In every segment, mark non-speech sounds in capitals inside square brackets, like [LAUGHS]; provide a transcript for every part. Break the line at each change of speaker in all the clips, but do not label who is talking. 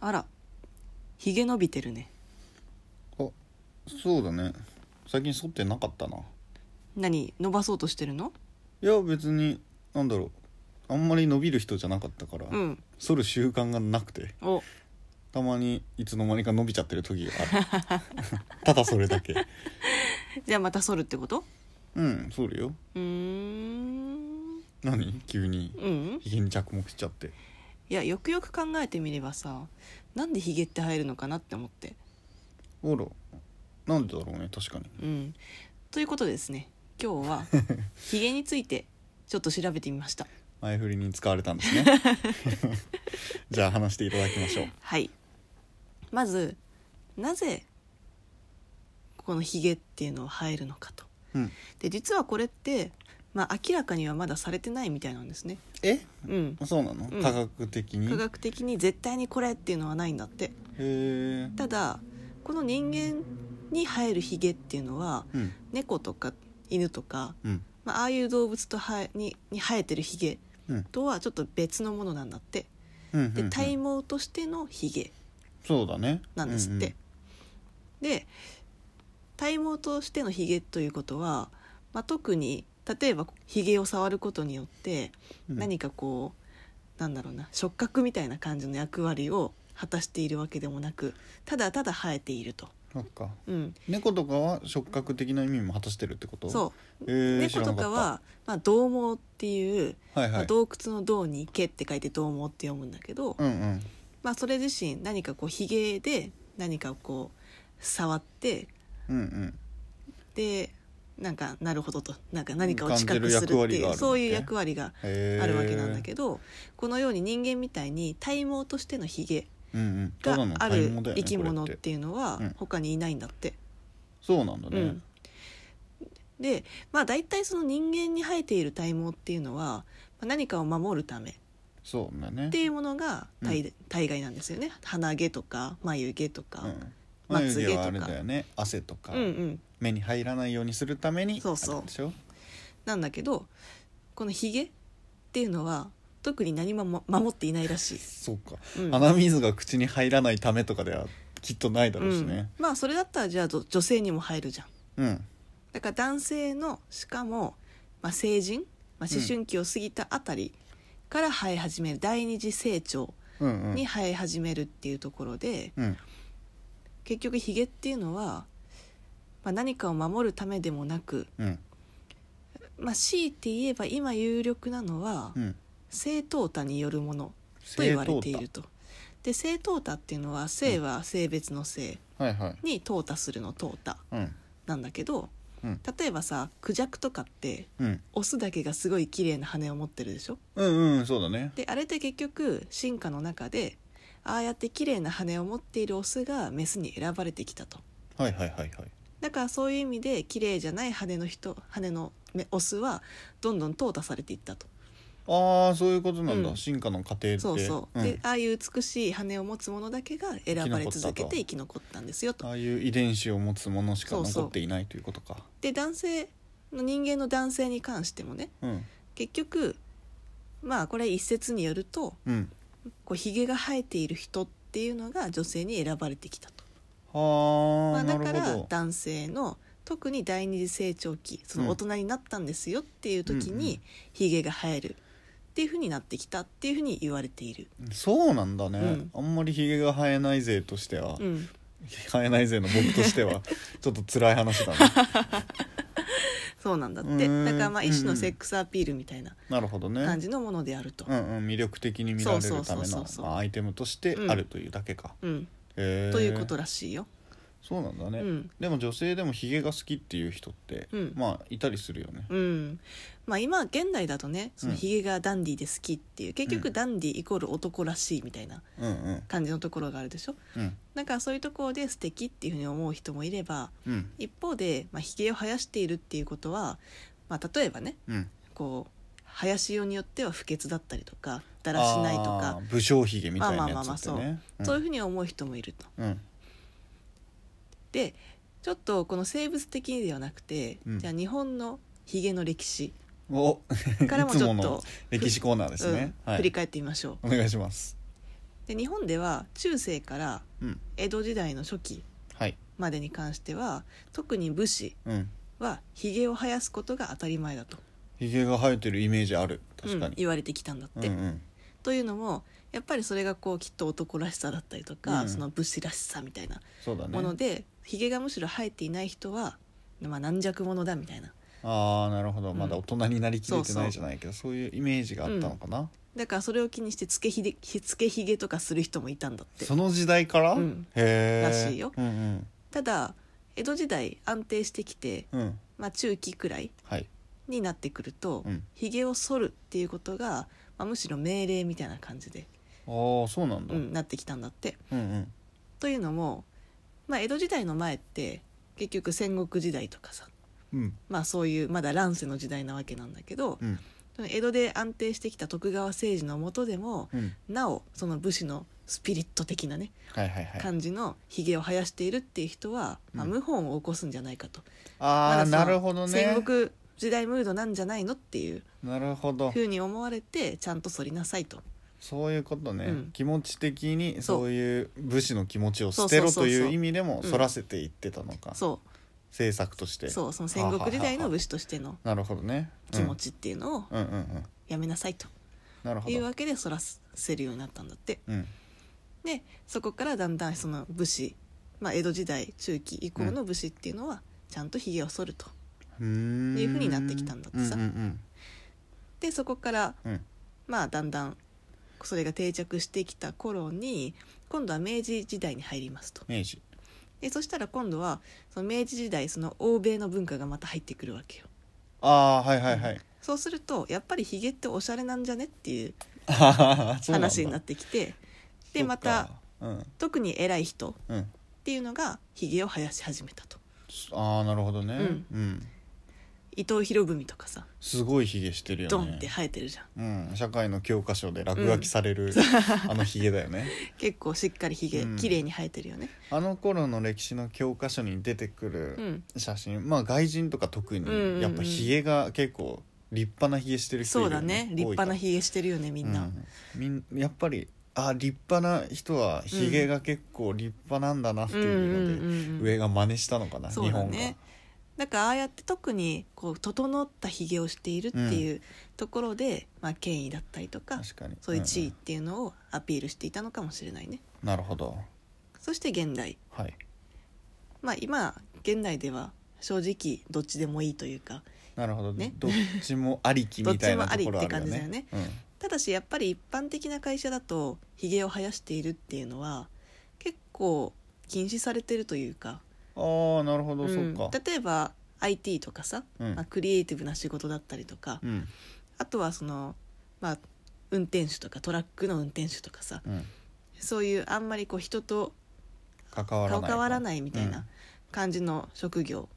あらひげ伸びてるね
あそうだね最近剃ってなかったな
何伸ばそうとしてるの
いや別になんだろうあんまり伸びる人じゃなかったから、
うん
剃る習慣がなくて
お
たまにいつの間にか伸びちゃってる時が
[LAUGHS]
あるただそれだけ
じゃあまた剃るってこと
うん剃るよ
うーん
何急に
うん
ひげに着目しちゃって
いやよくよく考えてみればさなんでひげって生えるのかなって思って
あらなんでだろうね確かに
うんということでですね今 [LAUGHS] 日はひげについてちょっと調べてみました
前振りに使われたんで
[LAUGHS]
すね [LAUGHS] じゃあ話していただきましょう
はいまずなぜこのひげっていうのは生えるのかと
うん
で実はこれって、まあ、明らかにはまだされてないみたいなんですね
え
うん
そうなの、
うん
科学的に
科学的に絶対にこれっていうのはないんだって
へえ
ただこの人間に生えるひげっていうのは
うん
猫とか犬とか、
うん
まあ、ああいう動物と生えにに生えてるひげ
うん
とはちょっと別のものなんだって
うんうんう
で
ん
体毛としてのひげ
そうだね
なんですって、で体毛としてのひげということは、まあ、特に例えばひげを触ることによって
うんうん
何かこうなんだろうな触覚みたいな感じの役割を果たしているわけでもなくただただ生えていると、
そっか
うん、
猫とかは触覚的な意味も果たしてるってこと、
そう
へー
猫とかはまあ、獰毛っていう、
知らなかったはい
ま
は
あ
い、
洞窟の洞に池って書いて獰毛って読むんだけど、
うんうん
まあ、それ自身何かこうひげで何かをこう触って
うんうん
でなんかなるほどとなんか何かを
感
知
じ
覚
る
するって
役割
い
があ
う
る
そういう
わけ
役割が
へー
あるわけなんだけど、このように人間みたいに体毛としてのひげ
うんうん、
が
ただの
あ
体
る
毛だよね
生き物
こ
っ
れって
ていうのは
うん
他にいないんだって。
そうなんだ
う
ね、
んでまあ大体その人間に生えている体毛っていうのはまあ何かを守るためっ
そうだね
ていうものが大,、
う
大概なんですよね鼻毛とか眉毛とか、
うん
ま
眉
つげ
毛
とか
はあれだよね汗とか、
うんうん
目に入らないようにするために
そうそう
あれでしょ
なんだけどこのひげっていうのは特に何もま守っていないらしい。
そうか、
うん
鼻水が口に入らないためとかではきっとないだろうしね
うん、まあそれだったらじゃあど女性にも入るじゃん
うん、
だから男性のしかも、まあ、成人、まあ、思春期を過ぎたあたりから生え始める、第二次成長
うんうん
に生え始めるっていうところで、
うん
結局ヒゲっていうのは、まあ、何かを守るためでもなく、
うん
まあ、強いて言えば今有力なのは、
うん
正当多によるものと言われていると。で正当多っていうのは性は性別の性
はいはい
に淘汰するの淘汰
うん
なんだけど
うん
例えばさクジャクとかって
うん
オスだけがすごい綺麗な羽を持ってるでしょ
うんうんそうだね
であれって結局進化の中でああやって綺麗な羽を持っているオスがメスに選ばれてきたと
はいはいはいはい
だからそういう意味で綺麗じゃない羽の人羽のめオスはどんどん淘汰されていったと
ああそういうことなんだ、
うん
進化の過程で
そうそう、
ん
でああいう美しい羽を持つものだけが選ばれ続けて
生
生き残ったんですよと
ああいう遺伝子を持つものしか
そうそう
残っていないということか
で男性の人間の男性に関してもね
うん
結局まあこれ一説によると
うん
こうひげが生えている人っていうのが女性に選ばれてきたと、
は
ま
あ、
あ、
な
だ
る
か
ほ
ら
ど
男性の特に第二次成長期その大人になったんですよっていう時
うんうんう
にひげが生えるっていうふうになってきたっていうふうに言われている、
そうなんだね、
うん
あんまりひげが生えない勢としては、
うん、
生えない勢の僕として
[LAUGHS]
はちょっと辛い話だな
そうなんだっ
う
て
ーん
だからまあ一種
うんう
の
ん
セックスアピールみたいな
なるほどね
感じのものであると、
うんうん、魅力的に見られ
そ
る
うそうそ
た
う
め
そう
の
そう
まあアイテムとしてあるというだけか、
うん、
へえ
ということらしいよ、
そうなんだね、
うん
でも女性でもヒゲが好きっていう人って、
うん
まあいたりするよね
うんまあ、今現代だとねそのひげがダンディで好きっていう結
う
局
ん
ダンディイコール男らしいみたいな
うんうん
感じのところがあるでしょ
うん
なんかそういうところで素敵っていうふうに思う人もいれば
うん
一方で、まあ、ひげを生やしているっていうことは、まあ、例えばね
うん
こう生やしようによっては不潔だったりとかだらしないと
あ
か
ー武将ヒゲみたいなやつって
まあまあまあ
ね
そういう
う
ふうに思う人もいると。
んうん
でちょっとこの生物的にではなくて、
うん
じゃあ日本のひげの歴史
おい
からもち
つ
ょ
も
っと
の歴史コーナーです
うん
ね、は
振り
い
返ってみましょう。
お願いします
でで日本では中世から
うん
江戸時代の初期
はい
までに関しては特に武士
うん
はひげを生やすことが当たり前だと、
ひげが生えてるイメージある確か
うん
に、
言われてきたんだっ
うん、
て。
うん
というのもやっぱりそれがこうきっと男らしさだったりとか、
うん
その武士らしさみたいな
そうだね
ものでひげ、がむしろ生えていない人は、まあ、軟弱者だみたいな
ああなるほど
ん
まだ大人になりきれて
そう
な
そう
いじゃないけど、そういうイメージがあったのかな、
だからそれを気にしてつけひげつけひげとかする人もいたんだって
その時代から、
うん
へえ
らしいよ
うんうん
ただ江戸時代安定してきて、
うん
まあ、中期くらい
はい
になってくると
うん
ひげ、髭を剃るっていうことが、まあ、むしろ命令みたいな感じで、
ああそうなんだ、
う、ん、なってきたんだって。
うんうん
というのも、まあ、江戸時代の前って結局戦国時代とかさ
うん
まあそういうまだ乱世の時代なわけなんだけど、
うん
その江戸で安定してきた徳川政治の下でも、
うん
なおその武士のスピリット的なね、
はいはいはい
感じのひげを生やしているっていう人は、まあ、
うん
謀反を起こすんじゃないかと、ま
あ
だ
あ
その
なるほどね
戦国時代ムードなんじゃないのっていう
なるほど
ふうに思われてちゃんと剃りなさいと
そういうことね、
うん
気持ち的に
そう
そういう武士の気持ちを
そ
捨
うそうそう
てろ
そう
という意味でも
うん
反らせていってたのか、
そ
政策として
うそうその戦国時代の
ははは
武士としての
なるほどね
気持、ちっていうのを
うん、うんうんうん
やめなさいと
なるほ
いう
ど
わけで剃らせるようになったんだって。
うん
でそこからだんだんその武士、まあ、江戸時代中期以降の武士っていうのはちゃんとひげを剃ると、
うーん
っていうふうになってきたんだってさ
うんうん
でそこから、
うんうん
まあ、だんだんそれが定着してきた頃に今度は明治時代に入りますと
明治
でそしたら今度はその明治時代その欧米の文化がまた入ってくるわけよ
ああはいはいはい、
そうするとやっぱりひげっておしゃれなんじゃねっていう話
話
にな
っ
ってきてでまた
うん
特に偉い人っ
うん
ていうのがひげを生やし始めたと
ああなるほどね、
うん
うん
伊藤博文とかさ
すごいヒゲしてるよね
ドンって生えてるじゃん
うん、社会の教科書で落書きされる、あのヒゲだよね
結構しっかりひげ
うん
綺麗に生えてるよね、
あの頃の歴史の教科書に出てく
う
る
ん、
写真、まあ外人とか特に、
うんうんうん
やっぱヒゲが結構立派なヒゲしてる人い
そう
るよ
だね立派なひげしてるよねみ
ゲ
んな、
みんやっぱりあ立派な人はヒゲが結構立派なんだなって
うんうん
いうので、
うんうん
上が真似したのかな、
そ
日
うだ
本が
ねだからああやって特にこう整ったひげをしているっていうところで、まあ、権威だったりとか
確かに
そういう地位っ
ん
ていうのをアピールしていたのかもしれないね
うんなるほど
そして現代
はい
まあ今現代では正直どっちでもいいというか
なるほど、
ね
どっちもありきみたいなところあるよ
どっちもありって感じだ
ね
よね
うん、
ただしやっぱり一般的な会社だとひげを生やしているっていうのは結構禁止されてるというか
ああなるほど、
うん
そっか
例えば IT とかさ、
うん
まあ、クリエイティブな仕事だったりとか、
うん
あとはその、まあ、運転手とかトラックの運転手とかさ
うん
そういうあんまりこう人と
関わら
顔
ない
変わらないみたいな感じの職業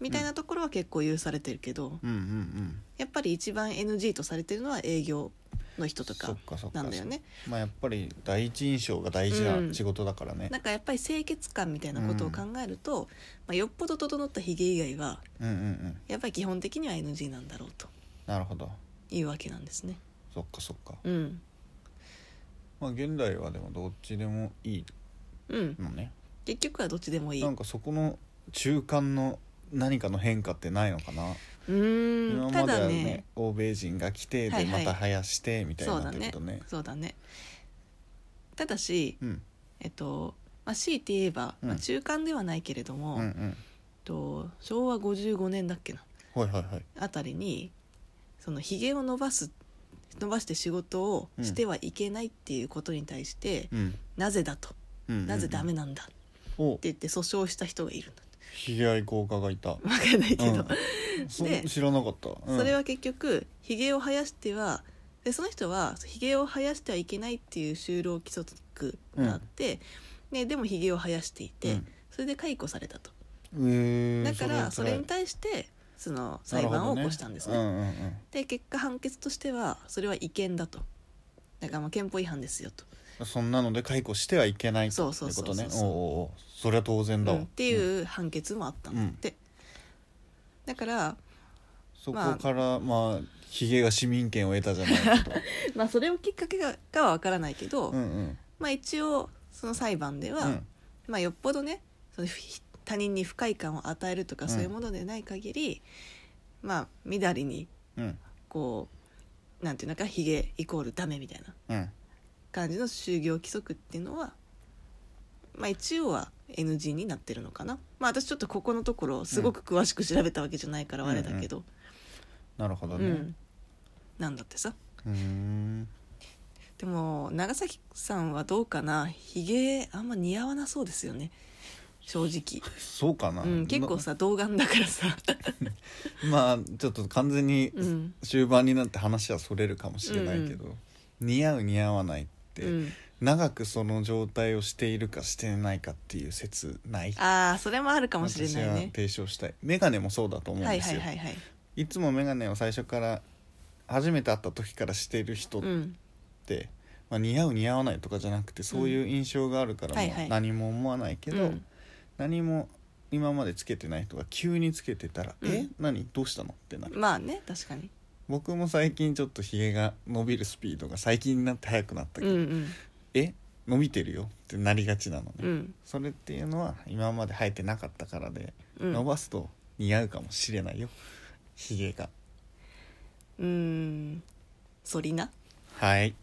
みたいなところは結構許されてるけど、
うん、うんうんうん
やっぱり一番 NG とされてるのは営業の人と
そ
か
っかそっか
なんだよね。
まあやっぱり第一印象が大事
うん
な仕事だからね、
なんかやっぱり清潔感みたいなことを考えると、まあ、よっぽど整ったひげ以外は
うん、うんうん
やっぱり基本的には NG なんだろうと
なるほど
いうわけなんですね。
そっかそっか
うん
まあ現代はでもどっちでもいい
うん、
のね
結局はどっちでもいい
なんかそこの中間の何かの変化ってないのかな、
うー
今
んた
までは
だ
ね
ね
欧米人が来て
は
で
いは
ま
い
た生やしてみたい
そう
にな
だ
ってる
ね
とね,、
そうだねただし、
うん
えっとまあ、強いて言えば、
うん
まあ、中間ではないけれども、
うんう
えっ
ん
と昭和55年だっけな
はいはいはい
あたりにそのひげを伸ばす伸ばして仕事をしてはいけないっていうことに対して、
うん
なぜだと、
うんうんうん
なぜダメなんだって
お
言って訴訟した人がいるんだって
ひげ愛好家がいた
わかんないけど、
そ
で
知らなかった、うん
それは結局ひげを生やしてはでその人はひげを生やしてはいけないっていう就労規則があって、ね、でもひげを生やしていて、
うん
それで解雇されたと
えー
だからそ
は辛い
れに対してその裁判を起こしたんですね
なるほどねうんうんうん
で結果判決としてはそれは違憲だとだからまあ憲法違反ですよと、
そんなので解雇してはいけないって
そう
こ
そうそうそ
と
う
ねおうおうおうそれは当然だ
う
わ、
んって
うん
いう判決もあったんだって、だから
そこからまあ
[LAUGHS]
ひげが市民権を得たじゃないけど
まあそれをきっかけがかは分からないけど、
うんうん
まあ、一応その裁判では、
うん
まあ、よっぽどねそのひ他人に不快感を与えるとか
うん
そういうものでない限り、まあみだりに
うん
こうなんていうのかヒゲイコールダメみたいな
うん
感じの就業規則っていうのは、まあ、一応は NG になってるのかな、まあ、私ちょっとここのところすごく詳しく調べたわけじゃないからあれだけど、
なるほど
う
ね
んなんだってさ
うーん
でも長崎さんはどうかなひげあんま似合わなそうですよね正直、
そうかな、
うん、結構さ童顔だから
[LAUGHS]
さ、
まあちょっと完全に
うん
終盤になって話はそれるかもしれないけど、似合う似合わないっ
う
て、
ん、
長くその状態をしているかしてないかっていう説ない
ああそれもあるかもしれない
私は
ね
提唱したい眼鏡もそうだと思うん
はい
で
は
す
い
よ、
はいはい
いつも眼鏡を最初から初めて会った時からしてる人っ
うん
て、まあ、似合う似合わないとかじゃなくてそういう印象があるから、
はい
まあ
はい
何も思わないけど、
うん
何も今までつけてない人が急につけてたら「
うん
え何どうしたの?」ってなる
まあね確かに
僕も最近ちょっとひげが伸びるスピードが最近になって速くなった
う
け
ん
ど「
うん
え伸びてるよ」ってなりがちなのね、
うん
それっていうのは今まで生えてなかったからで、
うん
伸ばすと似合うかもしれないよひげが
うんそりな
はい